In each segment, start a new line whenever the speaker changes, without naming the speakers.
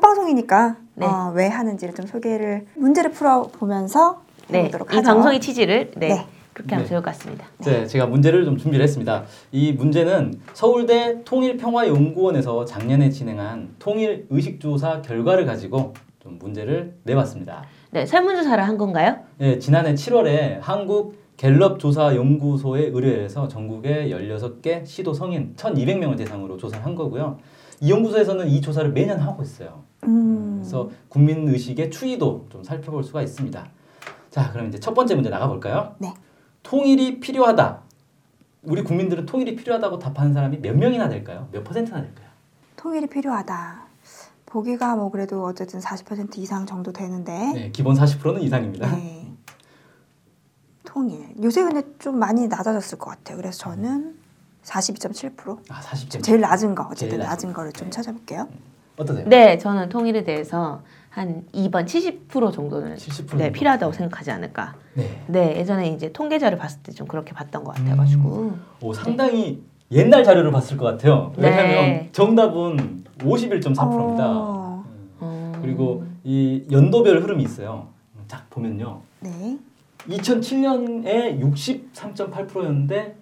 방송이니까
네.
어, 왜 하는지를 좀 소개를 문제를 풀어보면서
네,
해보도록
이
하죠.
방송의 취지를 네,
네.
그렇게 하면
네.
좋을 것 같습니다.
네, 제가 문제를 좀 준비를 했습니다. 이 문제는 서울대 통일평화연구원에서 작년에 진행한 통일 의식조사 결과를 가지고 좀 문제를 내봤습니다.
네, 설문조사를 한 건가요?
네, 지난해 7월에 한국 갤럽 조사 연구소의 의뢰에서 전국의 16개 시도 성인 1,200명을 대상으로 조사를 한 거고요. 이 연구소에서는 이 조사를 매년 하고 있어요.
음,
그래서 국민 의식의 추이도 좀 살펴볼 수가 있습니다. 자, 그럼 이제 첫 번째 문제 나가 볼까요?
네.
통일이 필요하다. 우리 국민들은 통일이 필요하다고 답하는 사람이 몇 명이나 될까요? 몇 퍼센트나 될까요?
통일이 필요하다. 보기가 뭐 그래도 어쨌든 40% 이상 정도 되는데
네, 기본 40%는
네.
이상입니다.
통일 요새 근데 좀 많이 낮아졌을 것 같아요. 그래서 저는 42.7%
아, 40.
제일 낮은 거 어쨌든
제일 낮은
낮은 거를 좀
네.
찾아볼게요.
어떠세요?
네, 저는 통일에 대해서 한 2번 70% 정도는
70%
네,
정도.
필요하다고 생각하지 않을까.
네.
네, 예전에 이제 통계자를 봤을 때 좀 그렇게 봤던 것 같아가지고.
오, 상당히 옛날 자료를 봤을 것 같아요.
네.
왜냐하면 정답은 51.4%입니다. 음.
어.
어,
그리고 이 연도별 흐름이 있어요. 딱 보면요.
네.
2007년에 63.8%였는데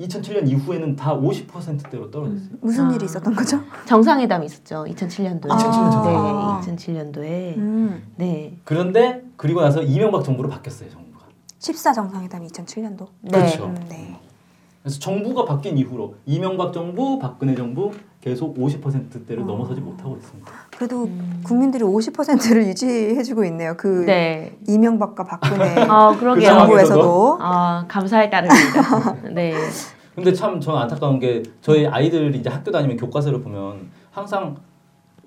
2007년 이후에는 다 50%대로 떨어졌어요.
무슨
아.
일이 있었던 거죠?
정상회담이 있었죠. 2007년도에.
2007년
정상회담.
네, 2007년도에.
음.
네.
그런데 그리고 나서 이명박 정부로 바뀌었어요, 정부가.
14 정상회담 2007년도.
네.
그렇죠.
음, 네.
그래서 정부가 바뀐 이후로 이명박 정부, 박근혜 정부 계속 50%대를
어.
넘어서지 못하고 있습니다.
그래도
음.
국민들이 50%를 유지해주고 있네요. 그
네.
이명박과 박근혜
아, 그러게요.
정부에서도.
아, 감사에 따릅니다. 네.
근데 참 저는 안타까운 게 저희 아이들이 이제 학교 다니면 교과서를 보면 항상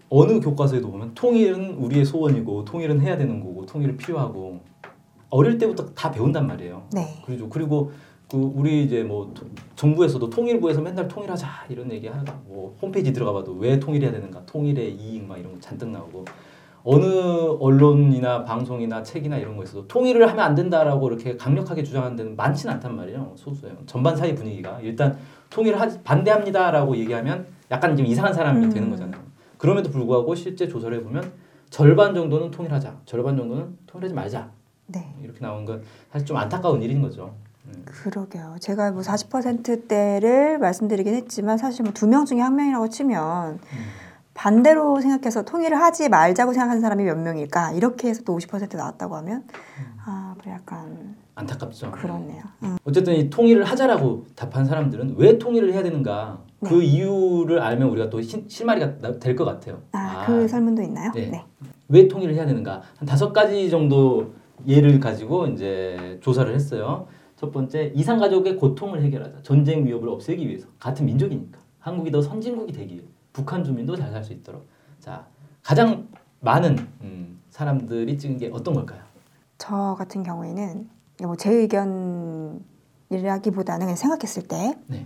어느 교과서에도 보면 통일은 우리의 소원이고 통일은 해야 되는 거고 통일은 필요하고 어릴 때부터 다 배운단 말이에요.
네.
그리고 그리고 그 우리 이제 뭐 통- 정부에서도 통일부에서 맨날 통일하자 이런 얘기 하다가 뭐 홈페이지 들어가봐도 왜 통일해야 되는가 통일의 이익 막 이런 거 잔뜩 나오고 어느 언론이나 방송이나 책이나 이런 거에서도 통일을 하면 안 된다라고 이렇게 강력하게 주장하는 데는 많진 않단 말이에요 소수예요 전반 사회 분위기가 일단 통일을 하지- 반대합니다라고 얘기하면 약간 좀 이상한 사람이
음.
되는 거잖아요 그럼에도 불구하고 실제 조사를 해보면 절반 정도는 통일하자 절반 정도는 통일하지 말자
네.
이렇게 나온 건 사실 좀 안타까운 일인 거죠.
그러게요. 제가 뭐 40%대를 말씀드리긴 했지만 사실 뭐 두 명 중에 한 명이라고 치면 반대로 생각해서 통일을 하지 말자고 생각하는 사람이 몇 명일까? 이렇게 해서 또 50% 나왔다고 하면 아, 그래 약간
안타깝죠.
그렇네요.
어쨌든 이 통일을 하자라고 답한 사람들은 왜 통일을 해야 되는가
네.
그 이유를 알면 우리가 또 시- 실마리가 될 것 같아요.
아, 그 설문도 있나요?
네.
네.
왜 통일을 해야 되는가 한 다섯 가지 정도 예를 가지고 이제 조사를 했어요. 첫 번째 이상 가족의 고통을 해결하자 전쟁 위협을 없애기 위해서 같은 민족이니까 한국이 더 선진국이 되기 북한 주민도 잘 살 수 있도록 자 가장 많은 음, 사람들이 찍은 게 어떤 걸까요?
저 같은 경우에는 뭐 제 의견이라기보다는 그냥 생각했을 때
네.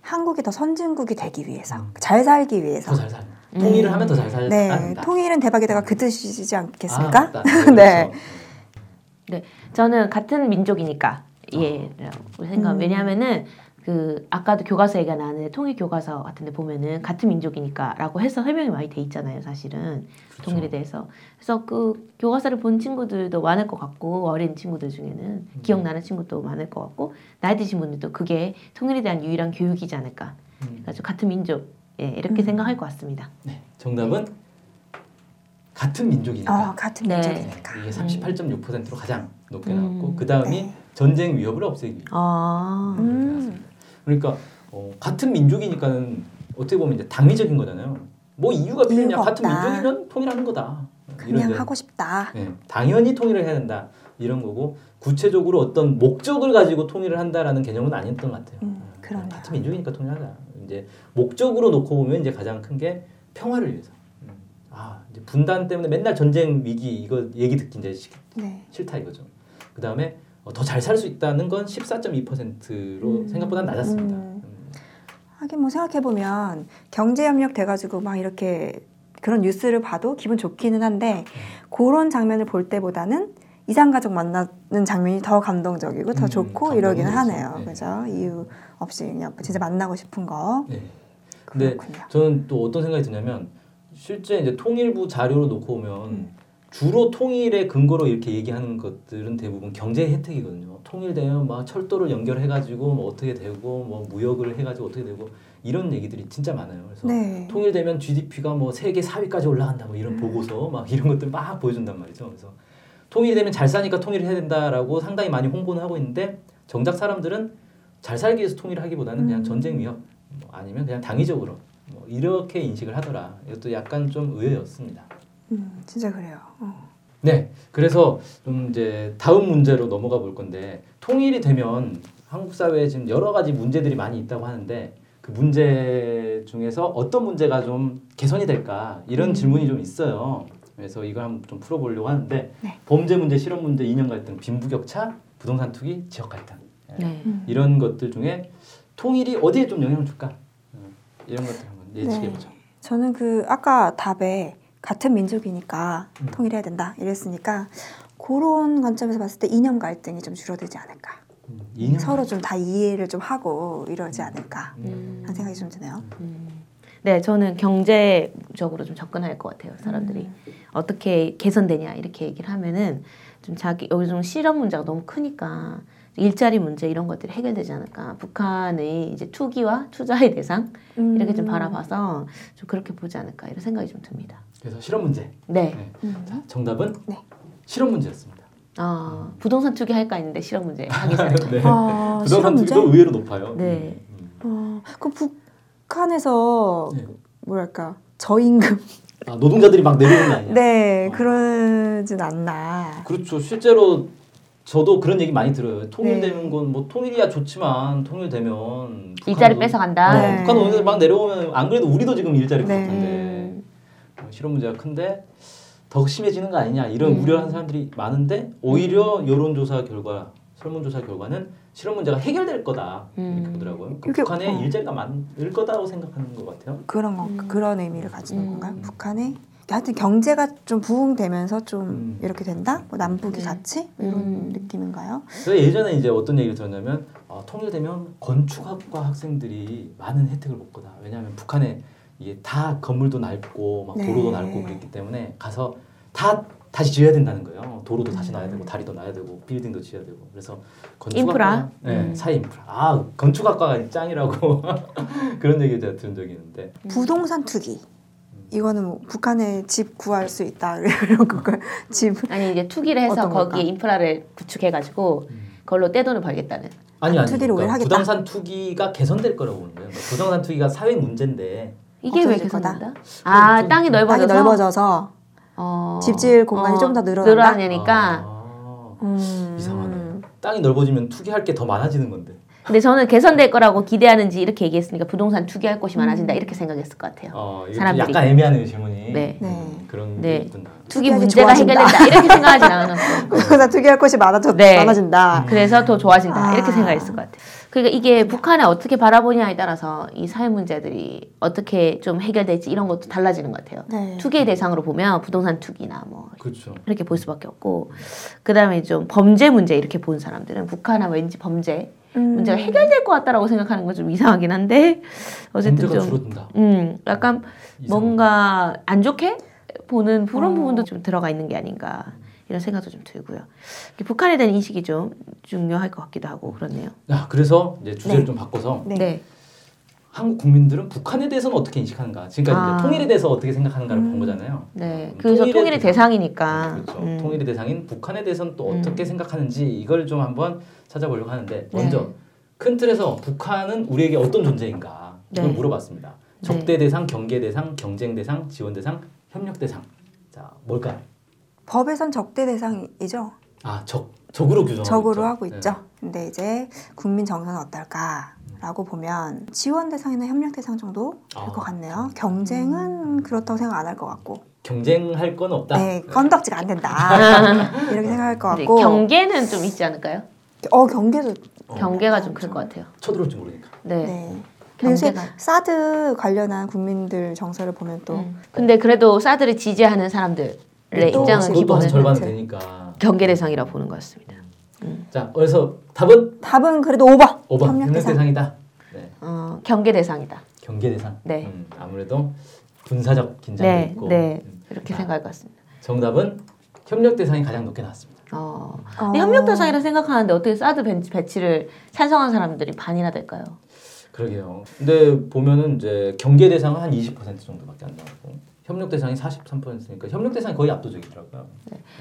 한국이 더 선진국이 되기 위해서
음.
잘 살기 위해서
더 잘 살. 통일을
음.
하면 더 잘 살다.
네
음.
통일은 대박이다가 그 뜻이지
아,
않겠습니까?
맞다.
네.
그렇죠.
저는 같은 민족이니까 예라고 생각.
음.
왜냐하면은 그 아까도 교과서 얘기가 나는데 통일 교과서 같은데 보면은 같은 민족이니까라고 해서 설명이 많이 돼 있잖아요, 사실은
그렇죠.
통일에 대해서. 그래서 그 교과서를 본 친구들도 많을 것 같고 어린 친구들 중에는 기억나는 친구도 많을 것 같고 나이 드신 분들도 그게 통일에 대한 유일한 교육이지 않을까.
음.
그래서 같은 민족 예 이렇게
음.
생각할 것 같습니다.
네. 정답은 같은 민족이니까.
어, 같은
네.
네.
민족이니까.
이게 38.6%로 가장 높게
음.
나왔고 그 다음이
네.
전쟁 위협을 없애기. 위해
아
음.
나왔습니다. 그러니까 어, 같은 민족이니까는 어떻게 보면 이제 당위적인 거잖아요. 뭐 이유가 필요냐?
이유가
같은
없다.
민족이면 통일하는 거다.
그냥
이제
하고 싶다.
예, 당연히 통일을 해야 된다 이런 거고 구체적으로 어떤 목적을 가지고 통일을 한다라는 개념은 아니었던 것 같아요. 예,
음, 그러네요.
같은 민족이니까 통일하자. 이제 목적으로 놓고 보면 이제 가장 큰 게 평화를 위해서. 음, 아 이제 분단 때문에 맨날 전쟁 위기 이거 얘기 듣기 이제 시-
네.
싫다 이거죠. 그 다음에 더 잘 살 수 있다는 건 14.2%로
음.
생각보다 낮았습니다.
음.
음,
하긴 뭐 생각해 보면 경제 협력 돼가지고 막 이렇게 그런 뉴스를 봐도 기분 좋기는 한데 그런 장면을 볼 때보다는 이상 가족 만나는 장면이 더 감동적이고 더
음,
좋고 이러긴
감동이죠.
하네요.
네.
그죠? 이유 없이 그냥 진짜 만나고 싶은 거
네. 근데
그렇군요.
저는 또 어떤 생각이 드냐면 실제 이제 통일부 자료로 놓고 보면
음.
주로 통일의 근거로 이렇게 얘기하는 것들은 대부분 경제 혜택이거든요. 통일되면 막 철도를 연결해가지고 뭐 어떻게 되고 뭐 무역을 해가지고 어떻게 되고 이런 얘기들이 진짜 많아요. 그래서
네.
통일되면 GDP가 뭐 세계 4위까지 올라간다 뭐 이런 보고서 막 이런 것들 막 보여준단 말이죠. 그래서 통일이 되면 잘 사니까 통일을 해야 된다라고 상당히 많이 홍보는 하고 있는데 정작 사람들은 잘 살기 위해서 통일을 하기보다는 그냥 전쟁 위협 뭐 아니면 그냥 당위적으로 뭐 이렇게 인식을 하더라. 이것도 약간 좀 의외였습니다.
음, 진짜 그래요. 어.
네, 그래서 좀 이제 다음 문제로 넘어가 볼 건데 통일이 되면 한국 사회에 지금 여러 가지 문제들이 많이 있다고 하는데 그 문제 중에서 어떤 문제가 좀 개선이 될까
음.
이런 질문이 좀 있어요. 그래서 이걸 한번 좀 풀어보려고 하는데
네.
범죄 문제, 실업 문제, 이념 갈등, 빈부격차, 부동산 투기, 지역 갈등
네.
음.
이런 것들 중에 통일이 어디에 좀 영향을 줄까 음, 이런 것들 한번
네.
예측해 보죠.
저는 그 아까 답에 같은 민족이니까
음.
통일해야 된다 이랬으니까 그런 관점에서 봤을 때 이념 갈등이 좀 줄어들지 않을까.
음, 이념
서로 좀 다 이해를 좀 하고 이러지 않을까.
음,
하는 생각이 좀 드네요.
음. 네, 저는 경제적으로 좀 접근할 것 같아요. 그 사람들이
음.
어떻게 개선되냐 이렇게 얘기를 하면은 좀 자기 여기 좀 실업 문제가 너무 크니까 일자리 문제 이런 것들이 해결되지 않을까. 북한의 이제 투기와 투자의 대상
음.
이렇게 좀 바라봐서 좀 그렇게 보지 않을까 이런 생각이 좀 듭니다.
그래서 실업 문제
네,
네.
음.
자, 정답은
네.
실업 문제였습니다.
아 부동산 투기 할까 했는데 실업 문제 하기 전에.
네.
아, 실업
부동산
문제?
투기도 의외로 높아요.
네.
음,
어, 그 북한에서
음. 네.
뭐랄까 저임금
아, 노동자들이 막 내려오는 거 아니에요?
네
어.
그러진 않나.
그렇죠. 실제로 저도 그런 얘기 많이 들어요. 통일되는
네.
건 뭐 통일이야 좋지만 통일되면 북한
일자리
노-
뺏어간다.
어,
네.
북한 오늘 막 내려오면 안 그래도 우리도 지금 일자리
네.
부족한데
음.
어, 실업 문제가 큰데 더 심해지는 거 아니냐 이런
네.
음.
우려하는 사람들이 많은데 오히려 여론조사 결과 설문조사 결과는 실업 문제가 해결될 거다 이렇게
음.
보더라고요.
이게-
그러니까 북한에
어.
일자리가 많을 거다라고 생각하는 것 같아요.
그런 건
음.
그런 의미를 가지는
음.
건가요? 북한이 하여튼 경제가 좀 부흥되면서 좀
음.
이렇게 된다? 뭐 남북이
네.
같이 뭐 이런
음.
느낌인가요?
그래서 예전에 이제 어떤 얘기를 들었냐면 어, 통일되면 건축학과 학생들이 많은 혜택을 볼 거다. 왜냐하면 북한에 이게 다 건물도 낡고 막
네.
도로도 낡고 그랬기 때문에 가서 다 다시 지어야 된다는 거예요. 도로도
음.
다시 놔야 되고 다리도 놔야 되고 빌딩도 지어야 되고 그래서 건축학과
인프라?
네,
음.
사회 인프라. 아 건축학과가 짱이라고 그런 얘기 제가 들은 적이 있는데 음.
부동산 투기 이거는 뭐 북한에 집 구할 수 있다 이런 건가요? 집
아니 이제 투기를 해서
어떤 걸까?
거기에 인프라를 구축해가지고 그걸로 떼돈을 벌겠다는.
아니 아니
투기를 오히려
그러니까
하겠다.
부동산 투기가 개선될 거라고 보는 거예요. 그러니까 부동산 투기가 사회 문제인데
이게 왜
없어질 거다. 네,
개선된다? 아
좀
땅이 넓어져서
땅이 넓어져서
어,
집 지을 공간이 좀더 늘어난다? 그러니까
늘어나니까.
아.
음.
이상하네. 땅이 넓어지면 투기할 게 더 많아지는 건데.
근데 저는 개선될 거라고 기대하는지 이렇게 얘기했으니까 부동산 투기할 곳이 많아진다
음.
이렇게 생각했을 것 같아요.
어, 이거 좀
사람들이.
약간 애매한 질문이. 음,
네.
네.
그런
네.
게 있구나.
투기
투기하기
문제가
좋아진다.
해결된다 이렇게 생각하진 않았고
부동산 투기할 곳이 많아져
네.
많아진다.
그래서 더 좋아진다
아.
이렇게 생각했을 것 같아요. 그러니까 이게 북한을 어떻게 바라보냐에 따라서 이 사회 문제들이 어떻게 좀 해결될지 이런 것도 달라지는 것 같아요.
네.
투기의 대상으로 보면 부동산 투기나 뭐
그렇죠.
이렇게 볼 수밖에 없고 그다음에 좀 범죄 문제 이렇게 본 사람들은 북한은 왠지 범죄
음.
문제가 해결될 것 같다라고 생각하는 건 좀 이상하긴 한데 어쨌든
문제가
좀
줄어든다.
음, 약간
이상.
뭔가 안 좋게 보는 그런
어.
부분도 좀 들어가 있는 게 아닌가 이런 생각도 좀 들고요. 이게 북한에 대한 인식이 좀 중요할 것 같기도 하고 그렇네요.
아, 그래서 이제 주제를
네.
좀 바꿔서
네.
한국 국민들은 북한에 대해서는 어떻게 인식하는가. 지금까지
아.
이제 통일에 대해서 어떻게 생각하는가를
음.
본 거잖아요.
네.
음,
그래서 통일의
대상.
대상이니까.
그렇죠.
음.
통일의 대상인 북한에 대해서는 또 어떻게
음. 네.
생각하는지 이걸 좀 한번 찾아보려고 하는데 먼저 큰 틀에서 북한은 우리에게 어떤 존재인가 이걸
네.
물어봤습니다.
네.
적대 대상, 경계 대상, 경쟁 대상, 지원 대상, 협력 대상. 자, 뭘까요?
법에선 적대 대상이죠.
아, 적 적으로 규정하고
적으로
있죠. 네.
하고 있죠. 근데 이제 국민 정서는 어떨까라고 보면 지원 대상이나 협력 대상 정도 될
아.
것 같네요. 경쟁은 그렇다고 생각 안 할 것 같고,
경쟁할 건 없다.
네, 건덕지가 안 된다 이렇게 생각할 것
근데
같고,
네, 경계는 좀 있지 않을까요?
어 경계도
어,
경계가 좀 클 것 같아요.
쳐들어올지 모르니까.
네.
네. 근데 요새
경계가.
사드 관련한 국민들 정서를 보면 또 네,
음. 근데 그래도 사드를 지지하는 사람들의
또
네, 입장을
그것도
네.
그렇죠. 그것도 한
기본은
절반.
절반은
멘트.
되니까.
경계 대상이라고 보는 것 같습니다.
자, 그래서 답은
답은 그래도 5번,
5번
협력
협력
대상.
대상이다. 네.
어, 경계 대상이다.
경계 대상.
네.
음, 아무래도 군사적 긴장도
네,
있고
네.
음.
이렇게
아.
생각할 것 같습니다.
정답은 협력 대상이 가장 높게 나왔습니다.
어. 근데 협력 대상이라 생각하는데 어떻게 사드 벤- 배치를 찬성한 사람들이 반이나 될까요?
그러게요. 근데 보면은 이제 경계 대상은 한 20% 정도밖에 안 나오고 협력 대상이 43%니까 협력 대상이 거의 압도적이더라고요.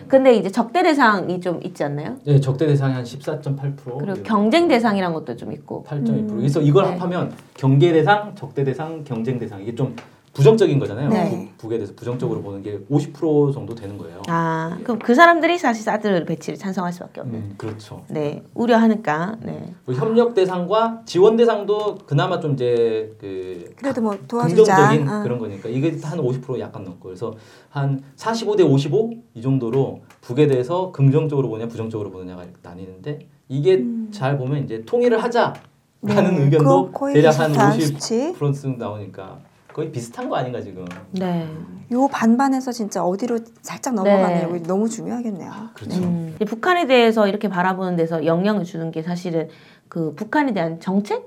근데 이제 적대 대상이 좀 있지 않나요?
네, 적대 대상이 한 14.8%.
그리고 경쟁 대상이란 것도 좀 있고.
8.2%.
음.
그래서 이걸
네.
합하면 경계 대상, 적대 대상, 경쟁 대상 이게 좀 부정적인 거잖아요.
네.
북- 북에 대해서 부정적으로 보는 게 50% 정도 되는 거예요.
아, 그럼 그 사람들이 사실 사드 배치를 찬성할 수밖에 없는.
음, 그렇죠.
네, 우려하니까. 네.
그리고 협력 대상과 지원 대상도 그나마 좀 이제 그
그래도 뭐 도와주자.
긍정적인
응.
그런 거니까 이게 한 50% 약간 넘고 그래서 한 45대 55이 정도로 북에 대해서 긍정적으로 보냐 부정적으로 보느냐가 이렇게 나뉘는데 이게
음.
잘 보면 이제 통일을 하자라는
네,
의견도
그거 거의
대략 한
비슷한
50%
수치.
프론스 나오니까 거의 비슷한 거 아닌가 지금.
네.
요 반반에서 진짜 어디로 살짝 넘어가네요.
네.
너무 중요하겠네요.
그렇죠.
음. 근데 북한에 대해서 이렇게 바라보는 데서 영향을 주는 게 사실은 그 북한에 대한 정책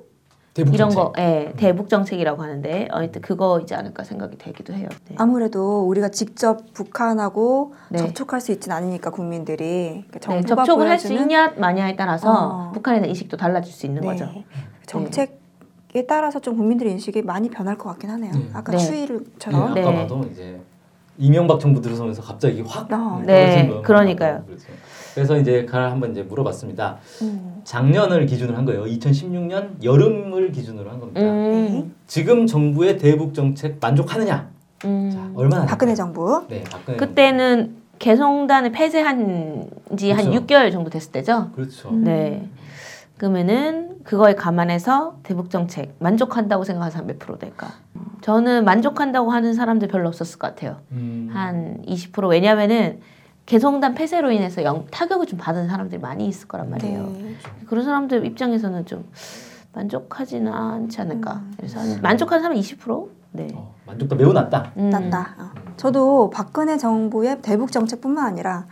대북
이런
정책.
거, 예, 대북 정책이라고 하는데 어쨌든 그거이지 않을까 생각이 되기도 해요. 네.
아무래도 우리가 직접 북한하고
네.
접촉할 수 있진 않으니까 국민들이 그러니까
네,
정부가
접촉을 할 수
보여주는
있냐 마냐에 따라서
어. 네.
북한에 대한 인식도 달라질 수 있는 거죠.
정책에 따라서 좀 국민들의 인식이 많이 변할 것 같긴 하네요.
네.
아까
네.
네,
추이를처럼.
아까
네.
봐도 이제 이명박 정부 들어서면서 갑자기 확
아,
네,
떨어진 거.
그러니까요.
그렇죠. 그래서 이제 가를 한번 이제 물어봤습니다.
음.
작년을 기준으로 한 거예요. 2016년 여름을 기준으로 한
네.
겁니다.
음.
지금 정부의 대북 정책 만족하느냐?
음.
자,
어,
얼마나?
박근혜 정부.
네, 박근혜.
그때는 개성단을 폐쇄한 지 한
그렇죠.
6개월 정도 됐을 때죠.
정부. 그렇죠.
음.
네. 그러면은 그거에 감안해서 대북 정책 만족한다고 생각하는 사람 몇 프로 될까? 저는 만족한다고 하는 사람들 별로 없었을 것 같아요.
음.
한 20% 왜냐면은 개성단 폐쇄로 인해서 영, 타격을 좀 받은 사람들이 많이 있을 거란 말이에요.
네.
그런 사람들 입장에서는 좀 만족하지는 않지 않을까.
음.
그래서 만족하는 사람은 20%? 네.
어, 만족도 매우 낮다.
음.
난다. 어. 저도 박근혜 정부의 대북 정책뿐만 아니라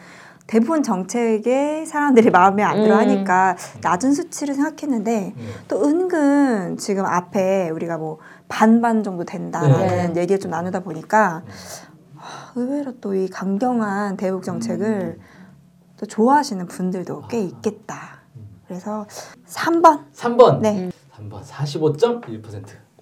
대부분 정책에 사람들이 마음에 안 들어
음.
하니까 낮은 수치를 생각했는데
네.
또 은근 지금 앞에 우리가 뭐 반반 정도 된다라는
네.
얘기를 좀 나누다 보니까 의외로 또 이 강경한 대북
음.
정책을 또 좋아하시는 분들도 꽤 있겠다. 그래서 3번.
3번.
네.
음.
3번 45.1%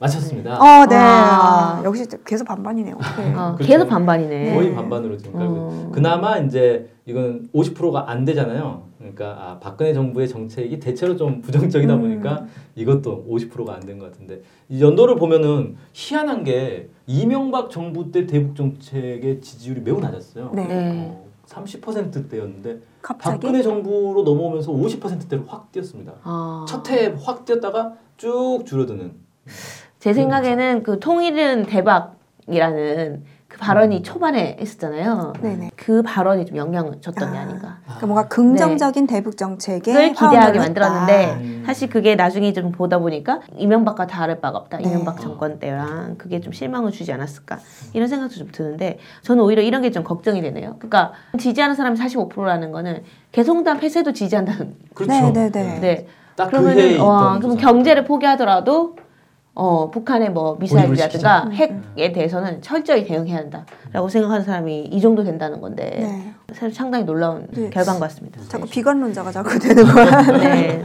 맞췄습니다.
어, 네.
아.
아, 역시 계속 반반이네요. 어떡해.
어,
그렇죠.
계속 반반이네. 음.
거의 반반으로 지금 깔고 있-
어.
그나마 이제 이건 50%가 안 되잖아요. 그러니까 아, 박근혜 정부의 정책이 대체로 좀 부정적이다
음.
보니까 이것도 50%가 안 된 것 같은데 이 연도를 보면은 희한한 게 이명박 정부 때 대북 정책의 지지율이 매우 낮았어요.
네.
네.
30%대였는데
갑자기
박근혜 정부로 넘어오면서 50%대로 확 뛰었습니다.
아.
첫 해에 확 뛰었다가 쭉 줄어드는.
제 생각에는 그 통일은 대박이라는 그
음.
발언이 초반에 있었잖아요.
네네.
그 발언이 좀 영향을 줬던 게
아.
아닌가.
그러니까 뭔가 긍정적인 대북 정책에
을 네. 기대하게
파운드를
만들었는데
네,
네.
했다.
음.
사실 그게 나중에 좀 보다 보니까 이명박과 다를 바가 없다.
네.
이명박 정권 때랑 그게 좀 실망을 주지 않았을까 이런 생각도 좀 드는데 저는 오히려 이런 게 좀 걱정이 되네요. 그러니까 지지하는 사람이 45%라는 거는 개성당 폐쇄도 지지한다는.
그렇죠.
네, 네, 네.
네.
딱
그러면은
그 해에
와
있던
그럼
조사.
경제를 포기하더라도 어 북한의 뭐 미사일이라든가 핵에 대해서는 철저히 대응해야 한다라고 생각하는 사람이 이 정도 된다는 건데
네.
사실 상당히 놀라운
네.
결과인 것 같습니다.
자꾸 비관론자가 자꾸 되는 거야.
네.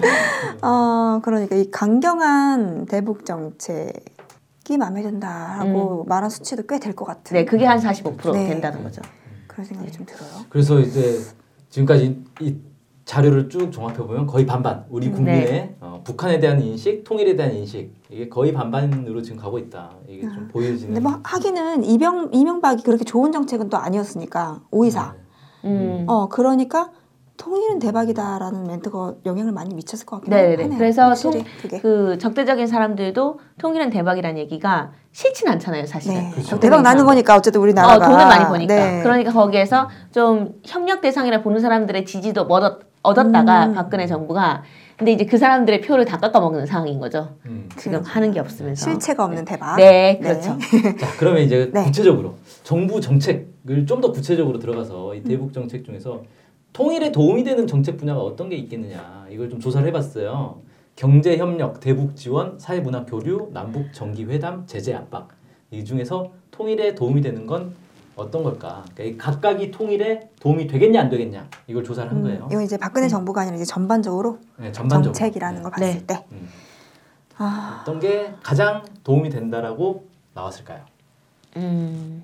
어, 그러니까 이 강경한 대북 정책이 마음에 든다라고 말한 수치도 꽤 될 것 같은
네, 그게 한 45%
네.
된다는 거죠.
그런 생각이 좀 들어요.
그래서 이제 지금까지 이 자료를 쭉 종합해 보면 거의 반반
음,
우리 국민의
네.
어, 북한에 대한 인식, 통일에 대한 인식 이게 거의 반반으로 지금 가고 있다. 이게 좀 보여지는.
근데 뭐 하기는 이병 이명박이 그렇게 좋은 정책은 또 아니었으니까 5.24.
음.
어, 그러니까 통일은 대박이다라는 멘트가 영향을 많이 미쳤을 것 같긴
네네네.
하네요.
그래서
확실히 그게
그 적대적인 사람들도 통일은 대박이라는 얘기가 싫진 않잖아요, 사실은.
네.
그렇죠.
대박 나는 거니까 어쨌든 우리나라가
그러니까. 어, 돈을 많이 버니까.
네.
그러니까 거기에서 좀 협력 대상이라 보는 사람들의 지지도 뭐 얻었, 얻었다가
음.
박근혜 정부가 근데 이제 그 사람들의 표를 다 깎아먹는 상황인 거죠.
음.
지금
그렇죠.
하는 게 없으면서.
실체가 없는 대박.
네, 그렇죠.
자, 그러면 이제
네.
구체적으로 정부 정책을 좀 더 구체적으로 들어가서
음.
이 대북 정책 중에서 통일에 도움이 되는 정책 분야가 어떤 게 있겠느냐 이걸 좀 조사를 해봤어요. 경제 협력, 대북 지원, 사회 문화 교류, 남북 정기 회담, 제재 압박, 이 중에서 통일에 도움이 되는 건 어떤 걸까? 그러니까 이 각각이 통일에 도움이 되겠냐 안 되겠냐 이걸 조사를
음,
한 거예요.
이건 이제 박근혜 정부가 아니라 이제 전반적으로
네, 전반적으로
정책이라는
네.
걸 봤을
네.
때.
음.
아,
어떤 게 가장 도움이 된다라고 나왔을까요?
음,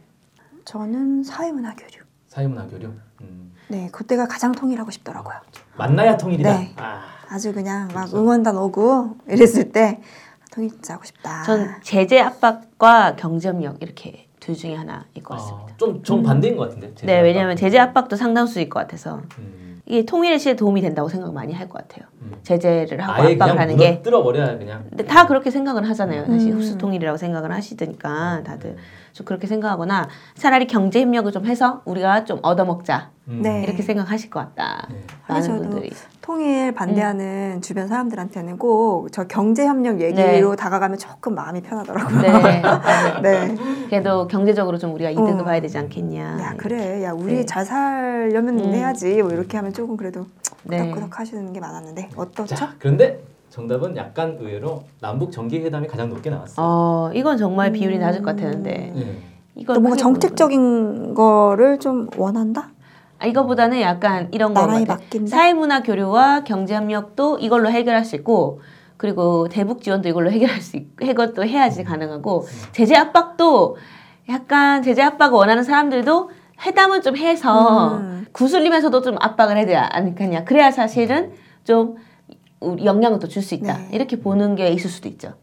저는 사회문화 교류.
사회문화 교류. 음.
네, 그때가 가장 통일하고 싶더라고요.
만나야 통일이다.
네.
아,
아주 그냥 막
그렇죠.
응원단 오고 이랬을 때 통일자고 싶다.
전 제재 압박과 경제협력 이렇게 둘 중에 하나일 것 같습니다.
아, 좀 정반대인 것 같은데. 제재
네, 왜냐하면
압박.
제재 압박도 상당수일 것 같아서
음,
이게 통일의 시에 도움이 된다고 생각 많이 할 것 같아요.
음.
제재를 하고
아예
압박을
그냥
하는 게.
무너뜨려버려야 그냥.
근데 다 그렇게 생각을 하잖아요. 사실
음.
흡수 통일이라고 생각을 하시니까 아, 다들
음.
좀 그렇게 생각하거나 차라리 경제 협력을 좀 해서 우리가 좀 얻어먹자
음.
네.
이렇게 생각하실 것 같다.
네.
아니,
많은
저도
분들이
통일 반대하는 주변 사람들한테는 꼭 저 경제 협력 얘기로 다가가면 조금 마음이 편하더라고요.
네.
네.
그래도 경제적으로 좀 우리가 이득을
어.
봐야 되지 않겠냐.
야 그래 야 우리
음. 네.
잘 살려면
음.
해야지 뭐 이렇게 하면 조금 그래도
네.
끄덕끄덕 하시는 게 많았는데 어떻죠?
자, 그런데 정답은 약간 의외로 남북 정기 회담이 가장 높게 나왔어요.
어, 이건 정말 비율이
음.
낮을 것 같았는데.
네.
이걸
또 뭔가
크게
정책적인 거를 좀 원한다?
보는 거예요. 아, 이거보다는 약간 이런 거
나라에
같아요.
맡긴다?
사회문화 교류와 경제협력도 이걸로 해결할 수 있고 그리고 대북 지원도 이걸로 해결할 수 있고 해것도 해야지 가능하고 제재 압박도 약간 제재 압박을 원하는 사람들도 회담을 좀 해서
음.
구슬리면서도 좀 압박을 해야 되지 않겠냐 그래야 사실은 좀 우리 영향을 또 줄 수 있다
네.
이렇게 보는 게 있을 수도 있죠.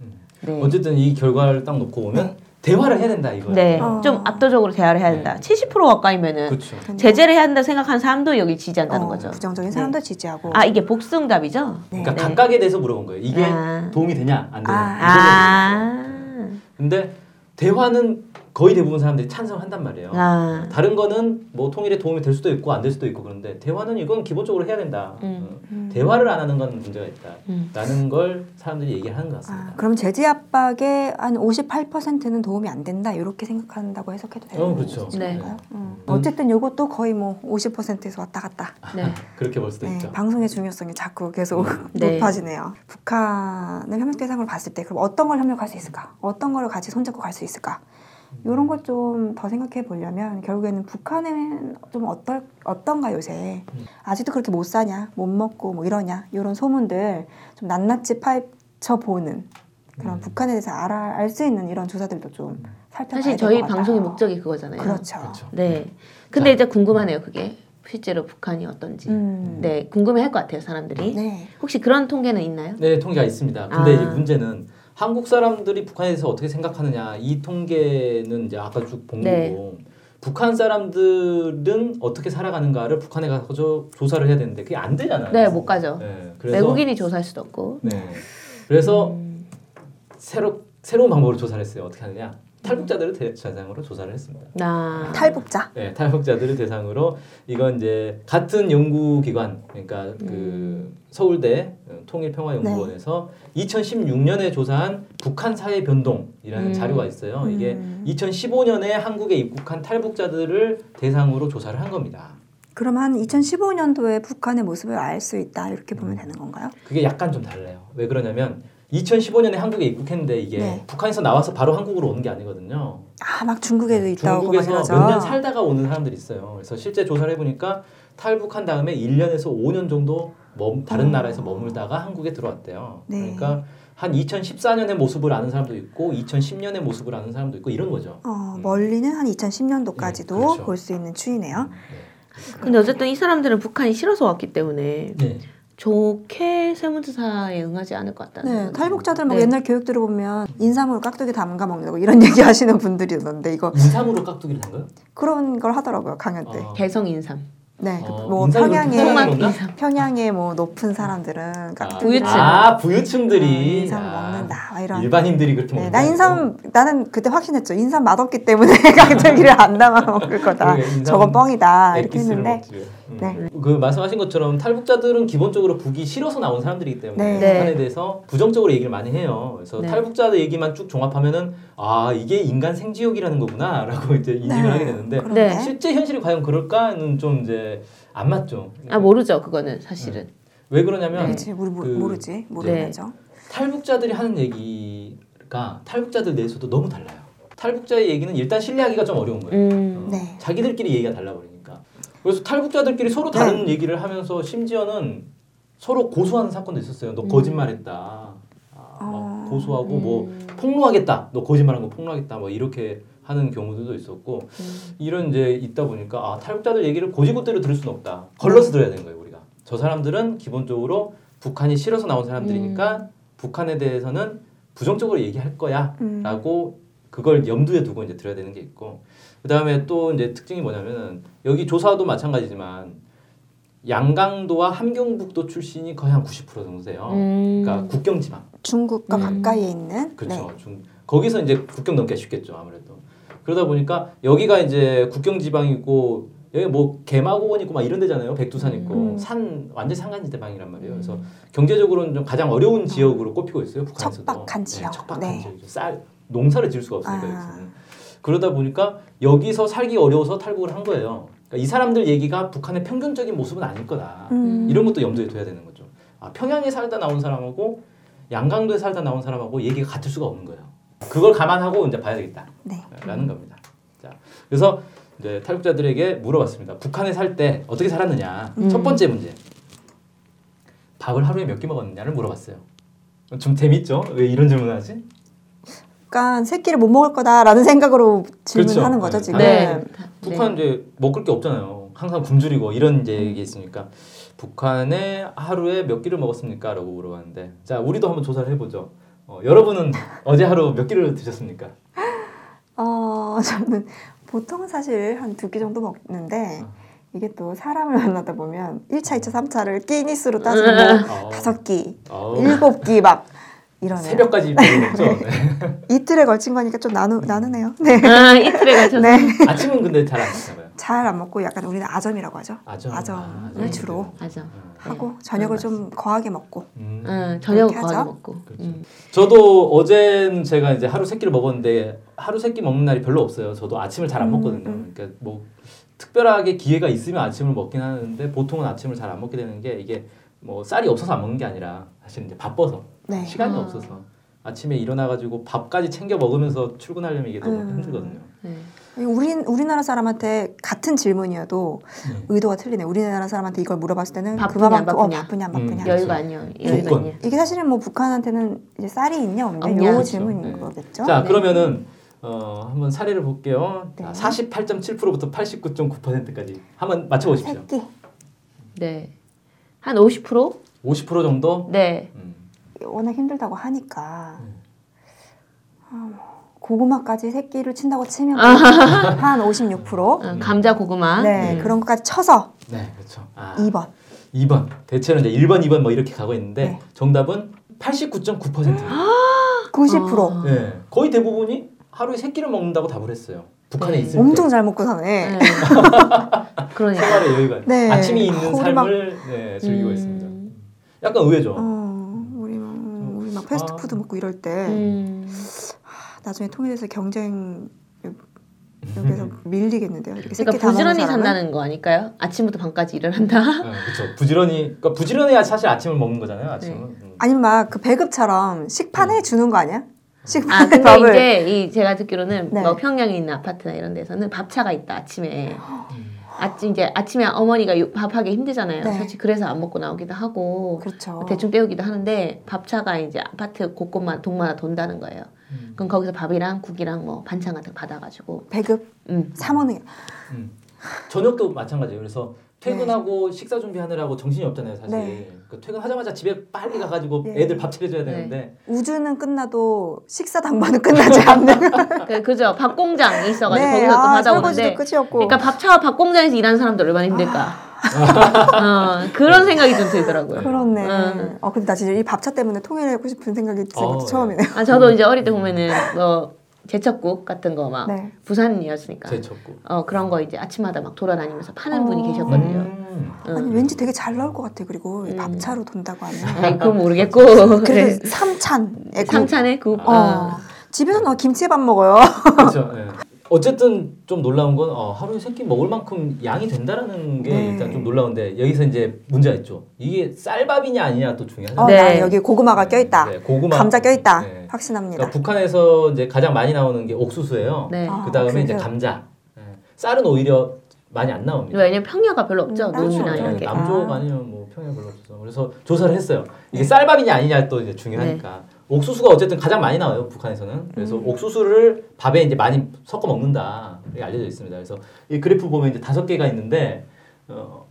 네.
음. 어쨌든 이 결과를 딱 놓고 보면
네.
대화를 해야 된다 이거예요. 네.
네,
어.
좀 압도적으로 대화를 해야 된다. 70% 가까이면은
그렇죠.
네.
제재를 해야 된다 생각하는 사람도 여기 지지한다는
어,
거죠.
부정적인
네.
사람도 지지하고
아 이게 복수응답이죠?
그러니까
네.
각각에 대해서 물어본 거예요. 이게
아.
도움이 되냐 안 되냐.
아.
이거예요.
아,
근데 대화는 거의 대부분 사람들이 찬성한단 말이에요.
아,
다른 거는 뭐 통일에 도움이 될 수도 있고 안 될 수도 있고 그런데 대화는 이건 기본적으로 해야 된다.
음.
어,
음.
대화를 안 하는 건 문제가
음.
있다라는 걸 사람들이 얘기하는 것 같습니다.
아, 그럼 제재 압박의 한 58%는 도움이 안 된다 이렇게 생각한다고 해석해도 되는
어, 그렇죠.
네.
건가요? 음.
음.
어쨌든 요것도 거의 뭐 50%에서 왔다 갔다.
네.
그렇게 볼 수도
네,
있죠.
방송의 중요성이 자꾸 계속
네.
높아지네요. 북한을 협력 대상으로 봤을 때 그럼 어떤 걸 협력할 수 있을까? 어떤 걸 같이 손잡고 갈 수 있을까? 이런 걸 좀 더 생각해 보려면 결국에는 북한은 좀 어떨 어떤가 요새
음.
아직도 그렇게 못 사냐, 못 먹고 뭐 이러냐 이런 소문들 좀 낱낱이 파헤쳐 보는 그런
음.
북한에 대해서 알아 알 수 있는 이런 조사들도 좀 살펴봐야
사실
될것
저희
같아요.
방송의 목적이 그거잖아요.
그렇죠.
그렇죠.
네. 근데
자.
이제 궁금하네요, 그게 실제로 북한이 어떤지.
음. 네.
네, 궁금해할 것 같아요, 사람들이. 혹시 그런 통계는 있나요?
네, 통계가 있습니다. 근데
아.
이제 문제는 한국 사람들이 북한에 대해서 어떻게 생각하느냐 이 통계는 이제 아까 쭉 본
네.
거고 북한 사람들은 어떻게 살아가는가를 북한에 가서 조- 조사를 해야 되는데 그게 안 되잖아요.
네, 못 가죠.
네, 그래서
외국인이 조사할 수도 없고.
네, 그래서
음.
새로 새로운 방법으로 조사를 했어요. 어떻게 하느냐? 탈북자들을 대- 대상으로 조사를 했습니다.
나.
탈북자.
네, 탈북자들을 대상으로 이건 이제 같은 연구기관 그러니까 그 서울대 통일평화연구원에서 2016년에 조사한 북한 사회 변동이라는
음.
자료가 있어요. 이게
음.
2015년에 한국에 입국한 탈북자들을 대상으로 조사를 한 겁니다.
그럼 한 2015년도에 북한의 모습을 알 수 있다 이렇게
음.
보면 되는 건가요?
그게 약간 좀 달라요. 왜 그러냐면 2015년에 한국에 입국했는데 이게
네.
북한에서 나와서 바로 한국으로 오는 게 아니거든요.
아 막 중국에도 있다고 막
중국에서
이러죠.
몇 년 살다가 오는 사람들이 있어요. 그래서 실제 조사를 해보니까 탈북한 다음에 1년에서 5년 정도 멈- 다른 나라에서 머물다가 한국에 들어왔대요.
음. 네.
그러니까 한 2014년의 모습을 아는 사람도 있고 2010년의 모습을 아는 사람도 있고 이런 거죠.
어, 멀리는 한 2010년도까지도
음. 네, 그렇죠.
볼 수 있는 추이네요.
음,
근데 어쨌든 이 사람들은 북한이 싫어서 왔기 때문에
네.
좋게 세무조사에 응하지 않을 것 같다는.
네,
생각이
탈북자들 막
네.
옛날 교육 들어보면 인삼으로 깍두기 담가 먹는다고 이런 얘기 하시는 분들이 있는데 이거
인삼으로 깍두기를 한 거요?
그런 걸 하더라고요 강연 때.
어.
개성 인삼.
네,
어,
그뭐
인삼으로
평양에
인삼으로
소망
먹나?
인삼.
평양의 뭐 높은 사람들은
아,
깍두기
부유층.
아, 부유층들이.
그러니까 인삼
아,
먹는다 막 이런.
일반인들이 그렇게
네,
먹는다.
나 인삼 나는 그때 확신했죠. 인삼 맛없기 때문에 깍두기를 안 담아 먹을 거다.
그러게, 인삼
저건 뻥이다 이렇게
엑기스를
했는데
먹지. 음.
네.
그 말씀하신 것처럼 탈북자들은 기본적으로 북이 싫어서 나온 사람들이기 때문에
네.
네.
북한에 대해서 부정적으로 얘기를 많이 해요. 그래서
네.
탈북자들 얘기만 쭉 종합하면은 아 이게 인간 생지옥이라는 거구나라고 이제 인식을 하게 되는데
그런데
네.
실제 현실이 과연 그럴까는 좀 이제 안 맞죠.
아 네. 모르죠, 그거는 사실은.
왜 그러냐면
네. 그렇지 우리 모,
그-
모르지
네.
모르는 거죠.
탈북자들이 하는 얘기가 탈북자들 내에서도 너무 달라요. 탈북자의 얘기는 일단 신뢰하기가 좀 어려운 거예요.
음.
어,
네.
자기들끼리 얘기가 달라버리니까. 그래서 탈북자들끼리 서로 다른 얘기를 하면서 심지어는 서로 고소하는 사건도 있었어요. 너
음.
거짓말했다. 아, 막
어.
고소하고 뭐
음.
폭로하겠다. 너 거짓말한 거 폭로하겠다. 뭐 이렇게 하는 경우들도 있었고 이런 이제 있다 보니까 아 탈북자들 얘기를 고지고대로 들을 수는 없다. 걸러서 들어야 되는 거예요 우리가. 저 사람들은 기본적으로 북한이 싫어서 나온 사람들이니까 북한에 대해서는 부정적으로 얘기할 거야.
음.
라고 그걸 염두에 두고 이제 들어야 되는 게 있고 그다음에 또 이제 특징이 뭐냐면은 여기 조사도 마찬가지지만 양강도와 함경북도 출신이 거의 한 90% 정도 돼요.
음.
그러니까 국경 지방.
중국과
음.
가까이에 있는 네.
그렇죠. 중- 거기서 이제 국경 넘기가 쉽겠죠, 아무래도. 그러다 보니까 여기가 이제 국경 지방이고 여기 뭐 개마고원 있고 막 이런 데잖아요. 백두산 있고
음.
산 완전 산간지대 방이란 말이에요. 그래서 경제적으로는 좀 가장 어려운 지역으로 꼽히고 있어요. 북한에서도.
척박한 지역.
네, 척박한
네.
지역. 쌀 농사를 지을 수가 없으니까
아.
여기서는. 그러다 보니까 여기서 살기 어려워서 탈북을 한 거예요. 그러니까 이 사람들 얘기가 북한의 평균적인 모습은 아닐 거다.
음.
이런 것도 염두에 둬야 되는 거죠. 아, 평양에 살다 나온 사람하고 양강도에 살다 나온 사람하고 얘기가 같을 수가 없는 거예요. 그걸 감안하고 이제 봐야 되겠다라는
네.
겁니다. 자, 그래서 이제 탈북자들에게 물어봤습니다. 북한에 살 때 어떻게 살았느냐?
음.
첫 번째 문제. 밥을 하루에 몇 끼 먹었느냐를 물어봤어요. 좀 재밌죠? 왜 이런 질문을 하지?
약간 새끼를 못 먹을 거다라는 생각으로 질문하는
그렇죠.
거죠
네.
지금.
네.
북한 이제 먹을 게 없잖아요. 항상 굶주리고 이런 이제
음.
얘기 있으니까 북한에 하루에 몇 끼를 먹었습니까?라고 물어봤는데 자 우리도 한번 조사를 해보죠. 어, 여러분은 어제 하루 몇 끼를 드셨습니까?
어 저는 보통 사실 한 두 끼 정도 먹는데
어.
이게 또 사람을 만나다 보면 1차, 2차, 3차를 끼니스로
음.
따지면
어,
아, 다섯 끼,
어,
일곱 끼 막 이러네요.
아, 새벽까지 밥을 먹죠. 네.
이틀에 걸친 거니까 좀 나누 나누네요. 네.
아, 이틀에 가셔서
네.
아침은 근데 잘 안 드시나봐요.
잘 안 먹고 약간 우리는 아점이라고 하죠.
아점. 아,
아점을
아점.
주로
맞아. 네.
하고 저녁을 좀 거하게 먹고.
음.
응, 저녁
그렇게
거의
하죠.
먹고.
그렇죠.
음.
저도 어젠 제가 이제 하루 세 끼를 먹었는데 하루 세 끼 먹는 날이 별로 없어요. 저도 아침을 잘 안
음,
먹거든요.
음.
그러니까 뭐 특별하게 기회가 있으면 아침을 먹긴 하는데 보통은 아침을 잘 안 먹게 되는 게 이게 뭐 쌀이 없어서 안 먹는 게 아니라 사실 이제 바빠서
네.
시간이
아.
없어서 아침에 일어나 가지고 밥까지 챙겨 먹으면서 출근하려면 이게 너무
음.
힘들거든요.
네.
우리 우리나라 사람한테 같은 질문이어도
네.
의도가 틀리네. 우리나라 사람한테 이걸 물어봤을 때는
바쁘냐,
그만큼 어,
바쁘냐.
바쁘냐 안
음.
바쁘냐.
열-
여유가 아니요. 여유가
조건.
아니야.
이게 사실은 뭐 북한한테는 이제 쌀이 있냐 없냐
없냐.
요
그렇죠.
질문인
네.
거겠죠.
자,
네.
그러면은 어, 한번 사례를 볼게요.
네.
자, 48.7%부터 89.9%까지 한번 맞춰 보십시오.
새끼
네. 한 50%?
50% 정도?
네.
음.
워낙 힘들다고 하니까
음.
아, 고구마까지 새끼를 친다고 치면
아.
한 56%.
음.
어, 감자 고구마.
네,
음.
그런 것까지 쳐서
네, 그렇죠. 아.
2번.
2번 대체로 이제 1번, 2번 뭐 이렇게 가고 있는데
네.
정답은 89.9%예요.
90%.
아.
네. 거의 대부분이 하루에 세 끼를 먹는다고 답을 했어요. 북한에
네.
있을 때
엄청 잘 먹고 사네.
네. 그러니까.
생활의 여유가 있-
네.
아침이 있는
우리 막-
삶을 네, 즐기고
음.
있습니다. 약간 의외죠.
어, 우리 막, 우리 막 패스트푸드
아.
먹고 이럴 때
음.
나중에 통일돼서 경쟁 여기서
음.
밀리겠는데요. 이렇게 새끼
그러니까
다 먹는
부지런히
사람은?
산다는 거 아닐까요? 아침부터 밤까지 일을 한다.
그렇죠. 부지런히 그러니까 부지런해야 사실 아침을 먹는 거잖아요. 아침은. 음.
아니면 막 그 배급처럼 식판에 주는 거 아니야?
아
식판에
근데
밥을
이제 이 제가 듣기로는
네.
뭐 평양에 있는 아파트나 이런 데서는 밥차가 있다 아침에
음.
아침 이제 아침에 어머니가 요- 밥하기 힘들잖아요.
네.
사실 그래서 안 먹고 나오기도 하고
그렇죠.
대충 때우기도 하는데 밥차가 이제 아파트 곳곳만 동마다 돈다는 거예요.
음.
그럼 거기서 밥이랑 국이랑 뭐 반찬 같은 거 받아가지고
배급
음.
사모는
음. 저녁도 마찬가지예요. 그래서 퇴근하고 식사 준비하느라고 정신이 없잖아요, 사실.
네.
그러니까 퇴근하자마자 집에 빨리 가가지고
네.
애들 밥 차려줘야 되는데
우주는 끝나도 식사 당번은 끝나지 않는
그, 그죠 밥 공장이 있어가지고
네,
거기서 또
아,
받아오는데
설거지도 끝이었고
그러니까 밥차와 밥 공장에서 일하는 사람들 얼마나 힘들까 어, 그런 생각이 좀 들더라고요.
아. 그렇네.
음.
어 근데 나 진짜 이 밥차 때문에 통일하고 싶은 생각이 지금
어,
처음이네요.
아 저도 이제 어릴 때 보면은 뭐 제첩국 같은 거 막
네.
부산이었으니까
그러니까.
제쳤고.
어 그런 거 이제 아침마다 막 돌아다니면서 파는
어.
분이 계셨거든요.
음.
응.
아니 왠지 되게 잘 나올 것 같아. 그리고 이
음.
밥차로 돈다고 하면
아이, 그건 모르겠고 그래
그래서 삼찬 애국.
상찬에 그
어.
어.
집에서 나 김치밥 먹어요.
그렇죠. 예. 어쨌든 좀 놀라운 건 어, 하루에 세 끼 먹을 만큼 양이 된다라는 게
네.
일단 좀 놀라운데 여기서 이제 문제가 있죠. 이게 쌀밥이냐 아니냐 또 중요하죠.
어,
네.
나 여기 고구마가 껴있다.
네, 고구마.
감자 껴있다.
네.
확신합니다.
그러니까 북한에서 이제 가장 많이 나오는 게 옥수수예요.
네.
아,
그 다음에 이제
그래요?
감자. 예. 쌀은 오히려 많이 안 나옵니다.
왜냐면 평야가 별로 없죠.
음,
논이나
그렇죠.
이런 게.
아.
네, 남쪽 아니면 뭐 평양 별로 없어서 그래서 조사를 했어요. 이게 쌀밥이냐 아니냐 또 이제 중요하니까 옥수수가 어쨌든 가장 많이 나와요 북한에서는. 그래서 옥수수를 밥에 이제 많이 섞어 먹는다 이게 알려져 있습니다. 그래서 이 그래프 보면 이제 다섯 개가 있는데 어,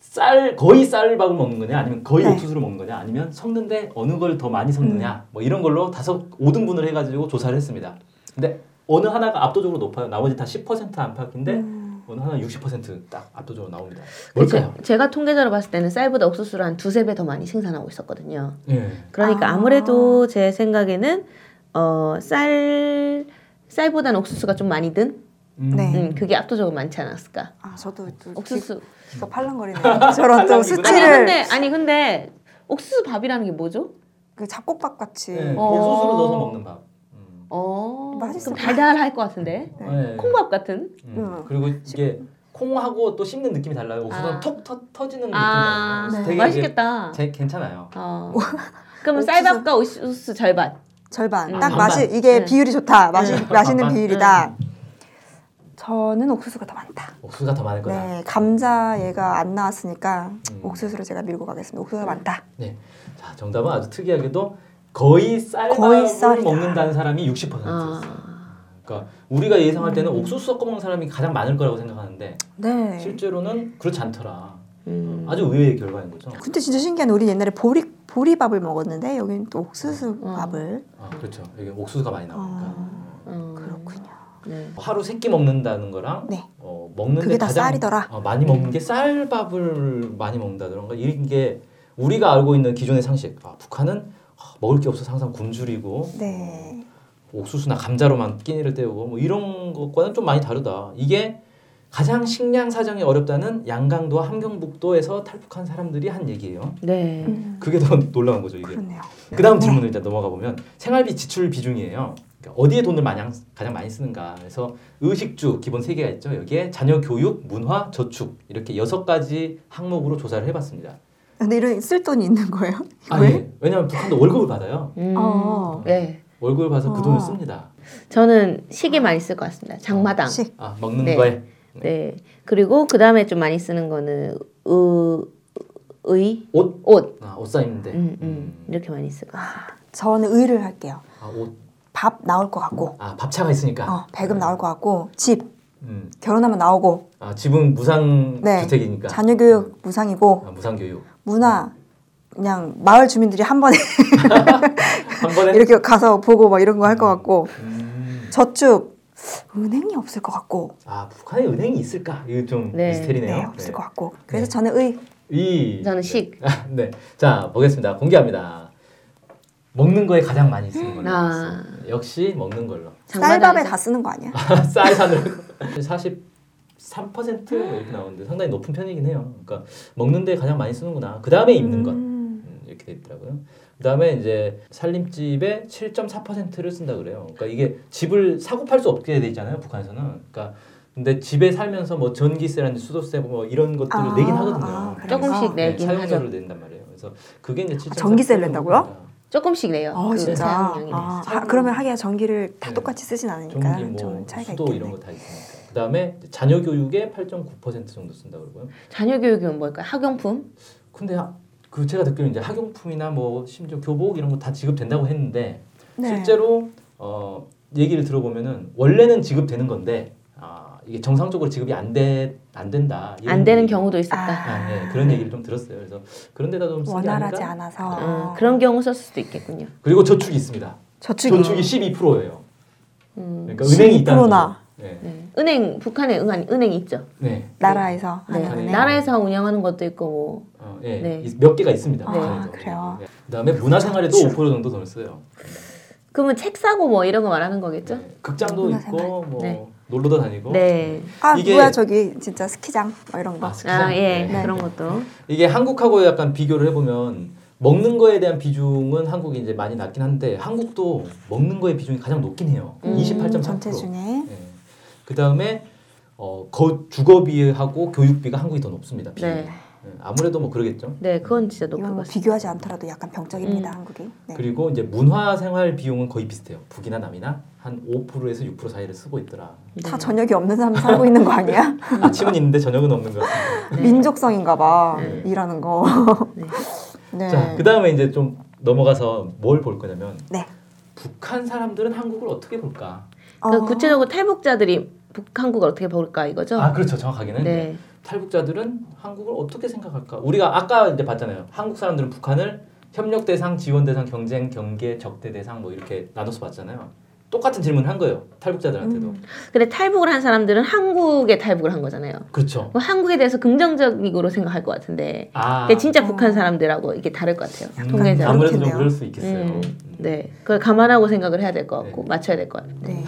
쌀 거의 쌀밥을 먹는 거냐 아니면 거의
네.
옥수수를 먹는 거냐 아니면 섞는데 어느 걸 더 많이 섞느냐 뭐 이런 걸로 다섯 오등분을 해가지고 조사를 했습니다. 근데 어느 하나가 압도적으로 높아요. 나머지 다 10% 안팎인데 어느 하나 60%딱 압도적으로 나옵니다. 뭘까요?
제- 제가 통계자로 봤을 때는 쌀보다 옥수수를 한 두세 배 더 많이 생산하고 있었거든요.
예.
그러니까
아.
아무래도 제 생각에는 어, 쌀 쌀보다는 옥수수가 좀 많이 든
음.
네.
음, 그게 압도적으로 많지 않았을까?
아, 저도 또
옥수수.
귀- 귀가 팔랑거리네요. 저런 또
팔랑이구나.
아니
수치를
근데 아니 근데 옥수수 밥이라는 게 뭐죠?
그 잡곡밥 같이
네.
어.
옥수수를 넣어서 먹는 밥. 음.
어.
맛있어.
좀 달달할 것 같은데.
네.
네.
콩밥 같은?
음.
음.
그리고 이게 콩하고 또 씹는 느낌이 달라요. 옥수수는
아.
톡 터, 터지는
아,
느낌 나요.
네.
되게
맛있겠다.
이게 제, 괜찮아요.
어.
뭐.
그러면
옥수수.
쌀밥과 옥수수 절반.
절반.
음,
딱
반반.
맛이 이게
네.
비율이 좋다. 맛이
네.
맛있는
반반.
비율이다. 저는 옥수수가 더 많다.
옥수수가 더 많을 거다.
네, 감자 얘가 안 나왔으니까
음. 네.
옥수수를 제가 밀고 가겠습니다. 옥수수가 많다.
자, 정답은 아주 특이하게도 거의 쌀밥을
거의 쌀이다.
먹는다는 사람이 60%였어요.
아.
그러니까 우리가 예상할 때는 옥수수 섞어 먹는 사람이 가장 많을 거라고 생각하는데
네.
실제로는 그렇지 않더라.
음.
아주 의외의 결과인 거죠.
근데 진짜 신기한 우리 옛날에 보리 보리밥을 먹었는데 여기는 또 옥수수
음.
밥을
아, 그렇죠. 이게 옥수수가 많이 나오니까.
어,
음.
그렇군요.
네.
하루 세 끼 먹는다는 거랑
네.
어, 먹는
그게
데
다
가장
쌀이더라.
어, 많이 먹는 게 쌀밥을 많이 먹는다던가 이게 우리가 알고 있는 기존의 상식. 아, 북한은 아, 먹을 게 없어서 항상 굶주리고
네.
옥수수나 감자로만 끼니를 때우고 뭐 이런 것과는 좀 많이 다르다. 이게 가장 식량 사정이 어렵다는 양강도와 함경북도에서 탈북한 사람들이 한 얘기예요.
네.
음,
그게 더 놀라운 거죠, 이게.
그렇네요.
그 다음
네.
질문을 일단 넘어가 보면 생활비 지출 비중이에요. 그러니까 어디에 돈을 마냥, 가장 많이 쓰는가. 그래서 의식주 기본 세 개가 있죠. 여기에 자녀 교육, 문화, 저축 이렇게 여섯 가지 항목으로 조사를 해봤습니다.
근데 이런 쓸 돈이 있는 거예요?
아,
왜?
예. 왜냐하면 북한도 월급을 받아요.
음.
어.
네.
월급을 받아서 그
아.
돈을 씁니다.
저는 시계 많이 쓸 것 같습니다. 장마당.
식.
아 먹는
네.
거에
네. 그리고 그 다음에 좀 많이 쓰는 거는 의, 의?
옷,
옷.
아, 옷사임인데.
음, 음. 이렇게 많이 쓰고.
저는 의를 할게요.
아, 옷,
밥 나올 것 같고,
아 밥차가 있으니까.
어, 배급 나올 것 같고, 집
음.
결혼하면 나오고,
아 집은 무상
네.
주택이니까.
자녀 교육 무상이고,
아, 무상 교육.
문화 그냥 마을 주민들이 한 번에
한 번에.
이렇게 가서 보고 막 이런 거 할
네.
것 같고,
음.
저축 은행이 없을 것 같고,
아 북한에 은행이 있을까? 이거 좀
네.
미스테리네요.
네, 없을
네.
것 같고. 그래서
네.
저는 의.
이
저는 식.
아, 네. 자, 보겠습니다. 공개합니다. 먹는 거에 가장 많이 쓰는 걸로.
아.
했어요. 역시 먹는 걸로.
쌀밥에
장마당에서-
다 쓰는 거 아니야?
쌀 산으로 43% 이렇게 나오는데 상당히 높은 편이긴 해요. 그러니까 먹는 데 가장 많이 쓰는구나. 그다음에 입는 것.
음.
음, 이렇게 돼 있더라고요. 그다음에 이제 살림집에 7.4%를 쓴다 그래요. 그러니까 이게 집을 사고 팔 수 없게 돼 있잖아요, 북한에서는. 그러니까 근데 집에 살면서 뭐 전기세라든지 수도세 뭐 이런 것들을
아,
내긴 하거든요.
아, 그래요?
조금씩
네,
내긴 하죠.
사용료를 낸단 말이에요. 그래서 그게 이제 7
아, 전기세를 낸다고요?
조금씩 내요.
어,
그
진짜.
사용량이.
아,
사용-
아, 그러면 하기야 전기를 다
네.
똑같이 쓰진 않으니까
전기 뭐
그러니까 좀 차이가
수도
있겠네.
이런 거 다 있으니까. 그다음에 자녀 교육에 8.9% 정도 쓴다 그러고요.
자녀 교육은 뭘까요? 학용품?
근데 하- 그 제가 듣기로 이제 학용품이나 뭐 심지어 교복 이런 거 다 지급된다고 했는데
네.
실제로 어, 얘기를 들어보면은 원래는 지급되는 건데 아, 이게 정상적으로 지급이 안돼안 된다. 이런
안 되는
얘기.
경우도 있었다.
아, 예, 그런 얘기를 좀 들었어요. 그래서 그런 데다 좀 쓰지
원활하지
않을까?
않아서 어,
음, 그런 경우 썼을 수도 있겠군요.
그리고 저축이 있습니다.
저축이,
저축이 12%예요.
음,
그러니까 은행이 있다는
12% 나.
거죠. 네.
네. 은행 북한에 은행 은행 있죠.
네.
나라에서
네.
하는
은행.
은행.
나라에서 운영하는 것도 있고 뭐
어, 예.
네.
있- 몇 개가 있습니다.
아,
북한에도.
그래요?
네. 그다음에 문화생활에도
저축.
5% 정도 돈을 써요.
그러면 책 사고 뭐 이런 거 말하는 거겠죠?
네. 극장도
문화생활.
있고 뭐
네.
놀러도 다니고.
네.
아
이게-
뭐야 저기 진짜 스키장 뭐 이런 거.
아, 스키장.
아, 예.
네.
그런 것도.
이게 한국하고 약간 비교를 해보면 먹는 거에 대한 비중은 한국이 이제 많이 낮긴 한데 한국도 먹는 거의 비중이 가장 높긴 해요.
음,
28.3%.
전체 중에
예. 그 다음에 어, 거, 주거비하고 교육비가 한국이 더 높습니다. 비율이.
네.
예, 아무래도 뭐 그러겠죠.
네, 그건 진짜 높은
이건 뭐
것 같습니다.
비교하지 않더라도 약간 병적입니다
음.
한국이. 네.
그리고 이제 문화 생활 비용은 거의 비슷해요. 북이나 남이나 한 5%에서 6% 사이를 쓰고 있더라.
다 저녁이 없는 사람 살고 있는 거 아니야?
아침은 있는데 저녁은 없는 것 같아요.
네.
민족성인가 봐
네.
일하는 거.
네.
네.
자, 그 다음에 이제 좀 넘어가서 뭘 볼 거냐면
네.
북한 사람들은 한국을 어떻게 볼까?
그러니까
어,
구체적으로 탈북자들이 북 한국을 어떻게 볼까 이거죠?
아 그렇죠 정확하게는
네.
탈북자들은 한국을 어떻게 생각할까? 우리가 아까 이제 봤잖아요. 한국 사람들은 북한을 협력 대상, 지원 대상, 경쟁, 경계, 적대 대상 뭐 이렇게 나눠서 봤잖아요. 똑같은 질문을 한 거예요. 탈북자들한테도.
음.
근데 탈북을 한 사람들은 한국에 탈북을 한 거잖아요.
그렇죠.
그럼 한국에 대해서 긍정적으로 생각할 것 같은데
아.
그게 네, 진짜
아.
북한 사람들하고 이게 다를 것 같아요.
음,
통계적으로.
아무래도 좀
그렇겠네요.
그럴 수 있겠어요. 음.
네, 그걸 감안하고 생각을 해야 될 것 같고 맞춰야 될 것 같아요.
네.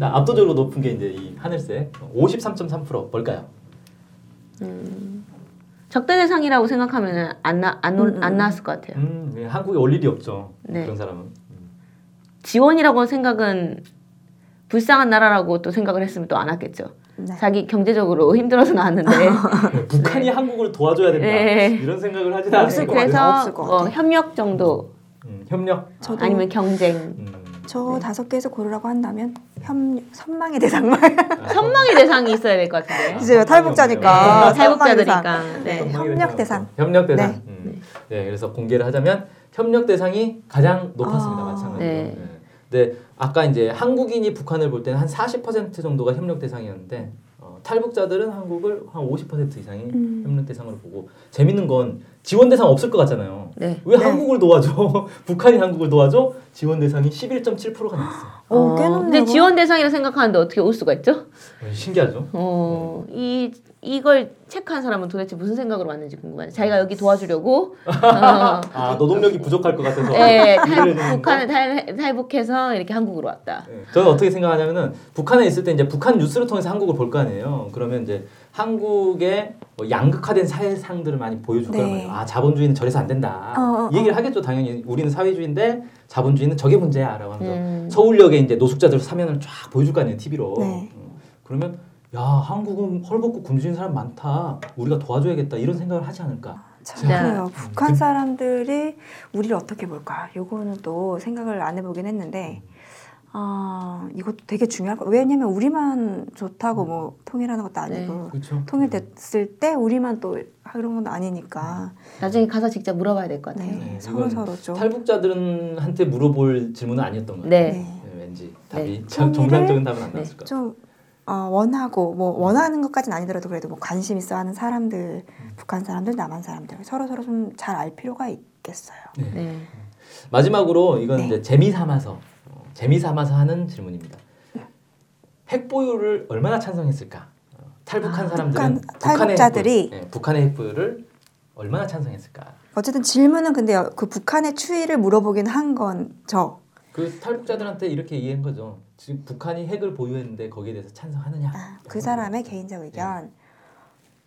자, 압도적으로 높은 게 이제 이 하늘색 53.3% 뭘까요?
적대 대상이라고 생각하면은 안나안
음,
안
음.
나왔을 것 같아요.
음, 네, 한국에 올 일이 없죠.
예. 네.
그런 사람은.
지원이라고 생각은 불쌍한 나라라고 또 생각을 했으면 또 안 왔겠죠.
네.
자기 경제적으로 힘들어서 나왔는데
네, 북한이 한국을 도와줘야 된다.
네.
이런 생각을 하진
없을 것 같아요.
않을 것 같아요.
그래서
없을 것
어,
같아요.
협력 정도
음, 협력.
저도
아니면 경쟁
음.
저
네.
다섯 개에서 고르라고 한다면 협 선망의 대상만
아,
선망의 대상이 있어야 될 것 같은데.
이제 탈북자니까
네, 탈북자들이니까. 네.
협력 대상.
협력 대상.
네.
음. 네, 그래서 공개를 하자면 협력 대상이 가장 높았습니다.
아.
마찬가지로.
네.
네. 근데 아까 이제 한국인이 북한을 볼 때는 한 40% 정도가 협력 대상이었는데 어, 탈북자들은 한국을 한 50% 이상이
음.
협력 대상으로 보고 재밌는 건 지원 대상 없을 것 같잖아요.
네.
왜
네.
한국을 도와줘? 북한이 한국을 도와줘? 지원 대상이 11.7%가 나왔어요.
어, 꽤 높네요.
근데 지원 대상이라 생각하는데 어떻게 올 수가 있죠?
어, 신기하죠?
어,
음.
이 이걸 체크한 사람은 도대체 무슨 생각으로 왔는지 궁금하네. 자기가 여기 도와주려고 어,
아 노동력이 부족할 것 같아서
네,
일을
탈,
해주는
북한을 탈, 탈북해서 이렇게 한국으로 왔다.
예. 저는 어떻게 생각하냐면은 북한에 있을 때 이제 북한 뉴스를 통해서 한국을 볼 거 아니에요. 그러면 이제 한국의 뭐 양극화된 사회상들을 많이 보여줄 거란
네.
말이에요. 아 자본주의는 저래서 안 된다.
어, 어,
이 얘기를 하겠죠. 당연히 우리는 사회주의인데 자본주의는 저게 문제야라고 하면서
음.
서울역에 이제 노숙자들 사면을 쫙 보여줄 거 아니에요. TV로. 음.
네.
그러면 야 한국은 헐벗고 굶주린 사람 많다. 우리가 도와줘야겠다 이런 생각을 하지 않을까.
참
진짜.
그래요. 북한
그-
사람들이 우리를 어떻게 볼까? 요거는 또 생각을 안 해보긴 했는데 아 이것도 되게 중요할 거. 왜냐면 우리만 좋다고 뭐 통일하는 것도
네.
아니고
그렇죠.
통일됐을 때 우리만 또 그런 건 아니니까.
나중에 가서 직접 물어봐야 될 것 같아요.
네.
이건
서로 서로 좀.
탈북자들한테 물어볼 질문은 아니었던 것 같아요.
네.
네.
네, 왠지 답이
네.
정- 정상적인 답은 안
네.
나왔을 것 같아요.
좀 어, 원하고 뭐 원하는 것까지는 아니더라도 그래도 뭐 관심 있어 하는 사람들, 북한 사람들, 남한 사람들 서로 서로 좀 잘 알 필요가 있겠어요.
네.
마지막으로 이건
네.
이제 재미 삼아서 어, 재미 삼아서 하는 질문입니다. 핵보유를 얼마나 찬성했을까? 어, 탈북한
아,
사람들은
북한-
북한의
탈북자들이-
핵보유, 네, 북한의 핵보유를 얼마나 찬성했을까?
어쨌든 질문은 근데 그 북한의 추이를 물어보긴 한 건 저.
그 탈북자들한테 이렇게 이해한 거죠. 지금 북한이 핵을 보유했는데 거기에 대해서 찬성하느냐?
아, 그 사람의
네.
개인적 의견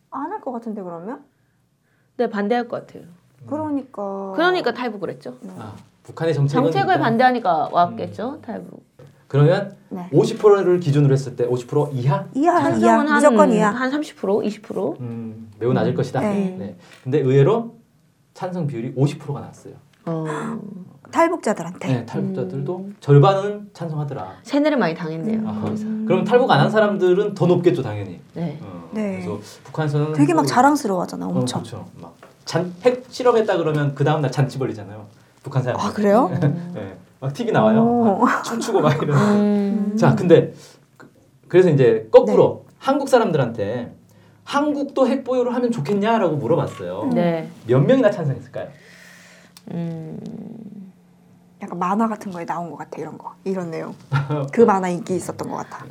안 할 것 같은데 그러면?
음.
네, 반대할 것 같아요.
그러니까.
그러니까 탈북을 했죠.
아, 북한의 정책은
정책을
일단-
반대하니까 왔겠죠,
음.
탈북.
그러면
네.
50%를 기준으로 했을 때 50% 이하?
이하 이하
찬성은
무조건 이하.
한 30%, 20%.
음, 매우 낮을 것이다.
네.
네. 근데 의외로 찬성 비율이 50%가 나왔어요.
어,
탈북자들한테.
네, 탈북자들도 절반은 찬성하더라.
세뇌를 많이
음.
당했네요. 음.
아하.
거기서.
그럼 탈북 안 한 사람들은 더 높겠죠 당연히.
네.
어,
네.
그래서 북한에서는
되게 막
또-
자랑스러워하잖아,
어,
엄청.
그렇죠. 막잔핵 실험했다 그러면 그 다음 날 잔치 벌리잖아요. 북한 사람.
아 그래요?
그렇죠.
어.
네. 막 TV 나와요.
오.
막 춤추고 막 이런.
음.
자, 근데 그- 그래서 이제 거꾸로
네.
한국 사람들한테 한국도 핵 보유를 하면 좋겠냐라고 물어봤어요.
음.
네.
몇 명이나 찬성했을까요?
음.
약간 만화 같은 거에 나온 것 같아 이런 거 이런 내용. 그 만화 인기 있었던 것 같아.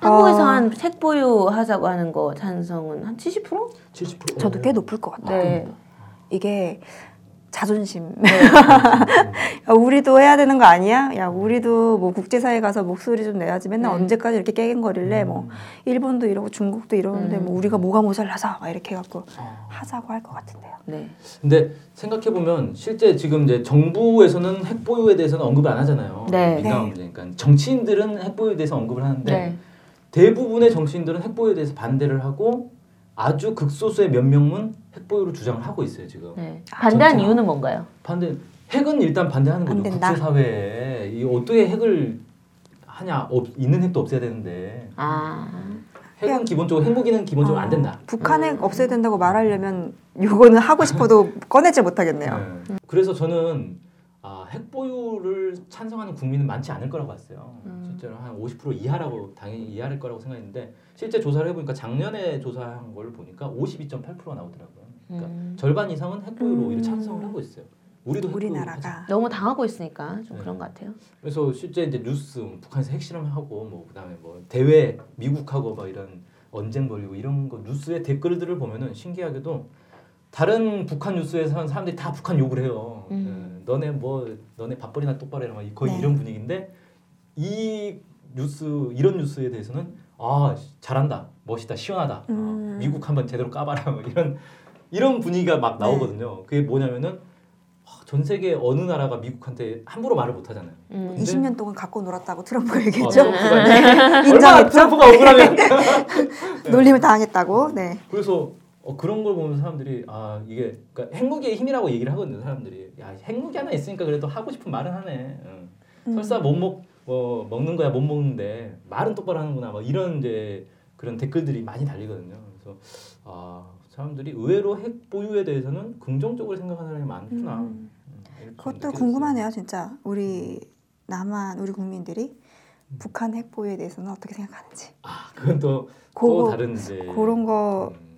한국에서
어.
한 색보유 하자고 하는 거 찬성은 한 70%?
70%.
저도 꽤 높을 것 같아.
네.
이게 자존심.
음.
야, 우리도 해야 되는 거 아니야? 야, 우리도 뭐 국제사회 가서 목소리 좀 내야지. 맨날
음.
언제까지 이렇게 깨갱거릴래?
음.
뭐 일본도 이러고 중국도 이러는데
음.
뭐 우리가 뭐가 모자라서 막 이렇게 해갖고
어.
하자고 할 것 같은데요.
네.
근데 생각해 보면 실제 지금 이제 정부에서는 핵보유에 대해서는 언급을 안 하잖아요. 그러니까
네.
민감한
네.
네. 문제니까 정치인들은 핵보유에 대해서 언급을 하는데 대부분의 정치인들은 핵보유에 대해서 반대를 하고 아주 극소수의 몇 명은 핵보유를 주장을 하고 있어요 지금.
네. 반대한
아, 진짜.
이유는 뭔가요?
반대 핵은 일단 반대하는
안
거죠.
된다.
국제 사회에 이 어떻게 핵을 하냐 없, 있는 핵도 없애야 되는데
아,
핵은
그냥-
기본적으로 핵무기는 기본적으로
어,
안 된다.
북한핵 없애야 된다고 말하려면 요거는 하고 싶어도 꺼내질 못하겠네요. 음.
네. 그래서 저는 아, 핵보유를 찬성하는 국민은 많지 않을 거라고 봤어요.
음.
실제로 한 50% 이하라고 당연히 이하일 거라고 생각했는데 실제 조사를 해보니까 작년에 조사한 걸 보니까 52.8%가 나오더라고요. 그러니까
음.
절반 이상은 핵보유로 오히려
음.
찬성을 하고 있어요. 우리도 핵보유를 하자.
우리나라가
너무 당하고 있으니까 좀
네.
그런 것 같아요.
그래서 실제 이제 뉴스 뭐 북한에서 핵실험하고 뭐 그다음에 뭐 대회 미국하고 막 이런 언쟁 벌이고 이런 거 뉴스의 댓글들을 보면은 신기하게도 다른 북한 뉴스에서는 사람들이 다 북한 욕을 해요.
음.
예, 너네 뭐 너네 밥벌이나 똑바로 해라 막 거의
네.
이런 분위기인데 이 뉴스 이런 뉴스에 대해서는 아 잘한다 멋있다 시원하다 어,
음.
미국 한번 제대로 까봐라 뭐 이런 이런 분위기가 막
네.
나오거든요. 그게 뭐냐면은 아, 전 세계 어느 나라가 미국한테 함부로 말을 못하잖아요.
음.
20년 동안 갖고 놀았다고 트럼프가
아,
얘기했죠.
트럼프가 얼마나
인정했죠.
트럼프가 억울하면
놀림을 당했다고. 네.
네. 그래서 어, 그런 걸 보면 사람들이 아 이게 그러니까 핵무기의 힘이라고 얘기를 하거든요 사람들이 야 핵무기 하나 있으니까 그래도 하고 싶은 말은 하네 응.
음.
설사 못먹 뭐, 먹는 거야 못 먹는데 말은 똑바로 하는구나 막 이런 이제 그런 댓글들이 많이 달리거든요 그래서 아 사람들이 의외로 핵 보유에 대해서는 긍정적으로 생각하는 사람이 많구나
음.
음, 이렇게
그것도
느꼈어요. 음.
궁금하네요, 진짜. 우리 남한 우리 국민들이 북한 핵보유에 대해서는 어떻게 생각하는지.
아 그건 또또
그거
다른 이제
그런 거
음,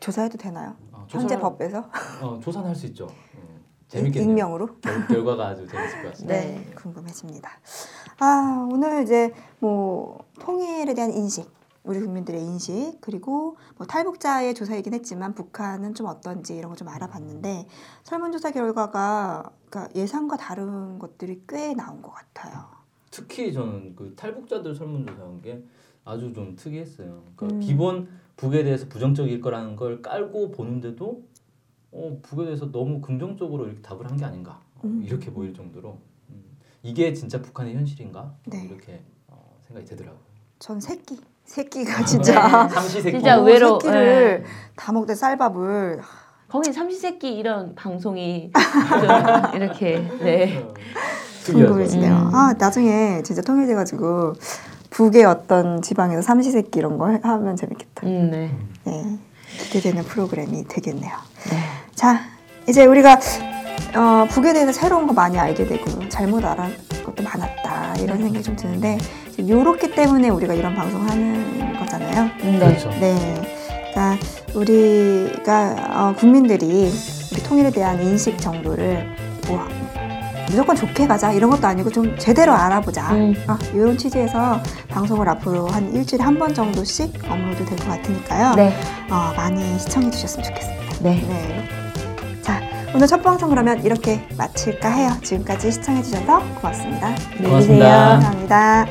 조사해도 되나요?
아, 조사를-
현재 법에서
어, 조사는 할 수 있죠 음,
익-
재밌겠네요
익명으로.
결- 결과가 아주 재밌을 것 같습니다.
네.
네. 궁금해집니다. 아, 오늘 이제 뭐 통일에 대한 인식, 우리 국민들의 인식, 그리고 뭐 탈북자의 조사이긴 했지만 북한은 좀 어떤지 이런 거 좀 알아봤는데 설문조사 결과가 그러니까 예상과 다른 것들이 꽤 나온 것 같아요.
특히 저는 그 탈북자들 설문조사한 게 아주 좀 특이했어요. 그러니까
음.
기본 북에 대해서 부정적일 거라는 걸 깔고 보는데도 어, 북에 대해서 너무 긍정적으로 이렇게 답을 한 게 아닌가 어,
음.
이렇게 보일 정도로 음, 이게 진짜 북한의 현실인가 어,
네.
이렇게 어, 생각이 되더라고요.
전 새끼,
아,
새끼가
네.
진짜
삼시세끼
진짜
오,
의외로,
어,
예.
새끼를 다 먹대 쌀밥을
거긴 삼시세끼 이런 방송이 좀 이렇게 네.
어, 특이하죠.
궁금해지네요.
음.
아 나중에 진짜 통일돼가지고 북의 어떤 지방에서 삼시세끼 이런 거 하면 재밌겠다.
음, 네.
네, 기대되는 프로그램이 되겠네요.
네.
자, 이제 우리가 어, 북에 대해서 새로운 거 많이 알게 되고 잘못 알았 것도 많았다 이런 생각이 좀 드는데 지금 요렇기 때문에 우리가 이런 방송하는 거잖아요.
음, 네.
그렇죠.
네, 그러니까 우리가 어, 국민들이 우리 통일에 대한 인식 정도를 뭐 무조건 좋게 가자 이런 것도 아니고 좀 제대로 알아보자
음.
아, 이런 취지에서 방송을 앞으로 한 일주일에 한 번 정도씩 업로드 될 것 같으니까요.
네.
어, 많이 시청해 주셨으면 좋겠습니다.
네.
네. 자, 오늘 첫 방송 그러면 이렇게 마칠까 해요. 지금까지 시청해 주셔서 고맙습니다.
네,
안녕히 계세요.
고맙습니다.
감사합니다.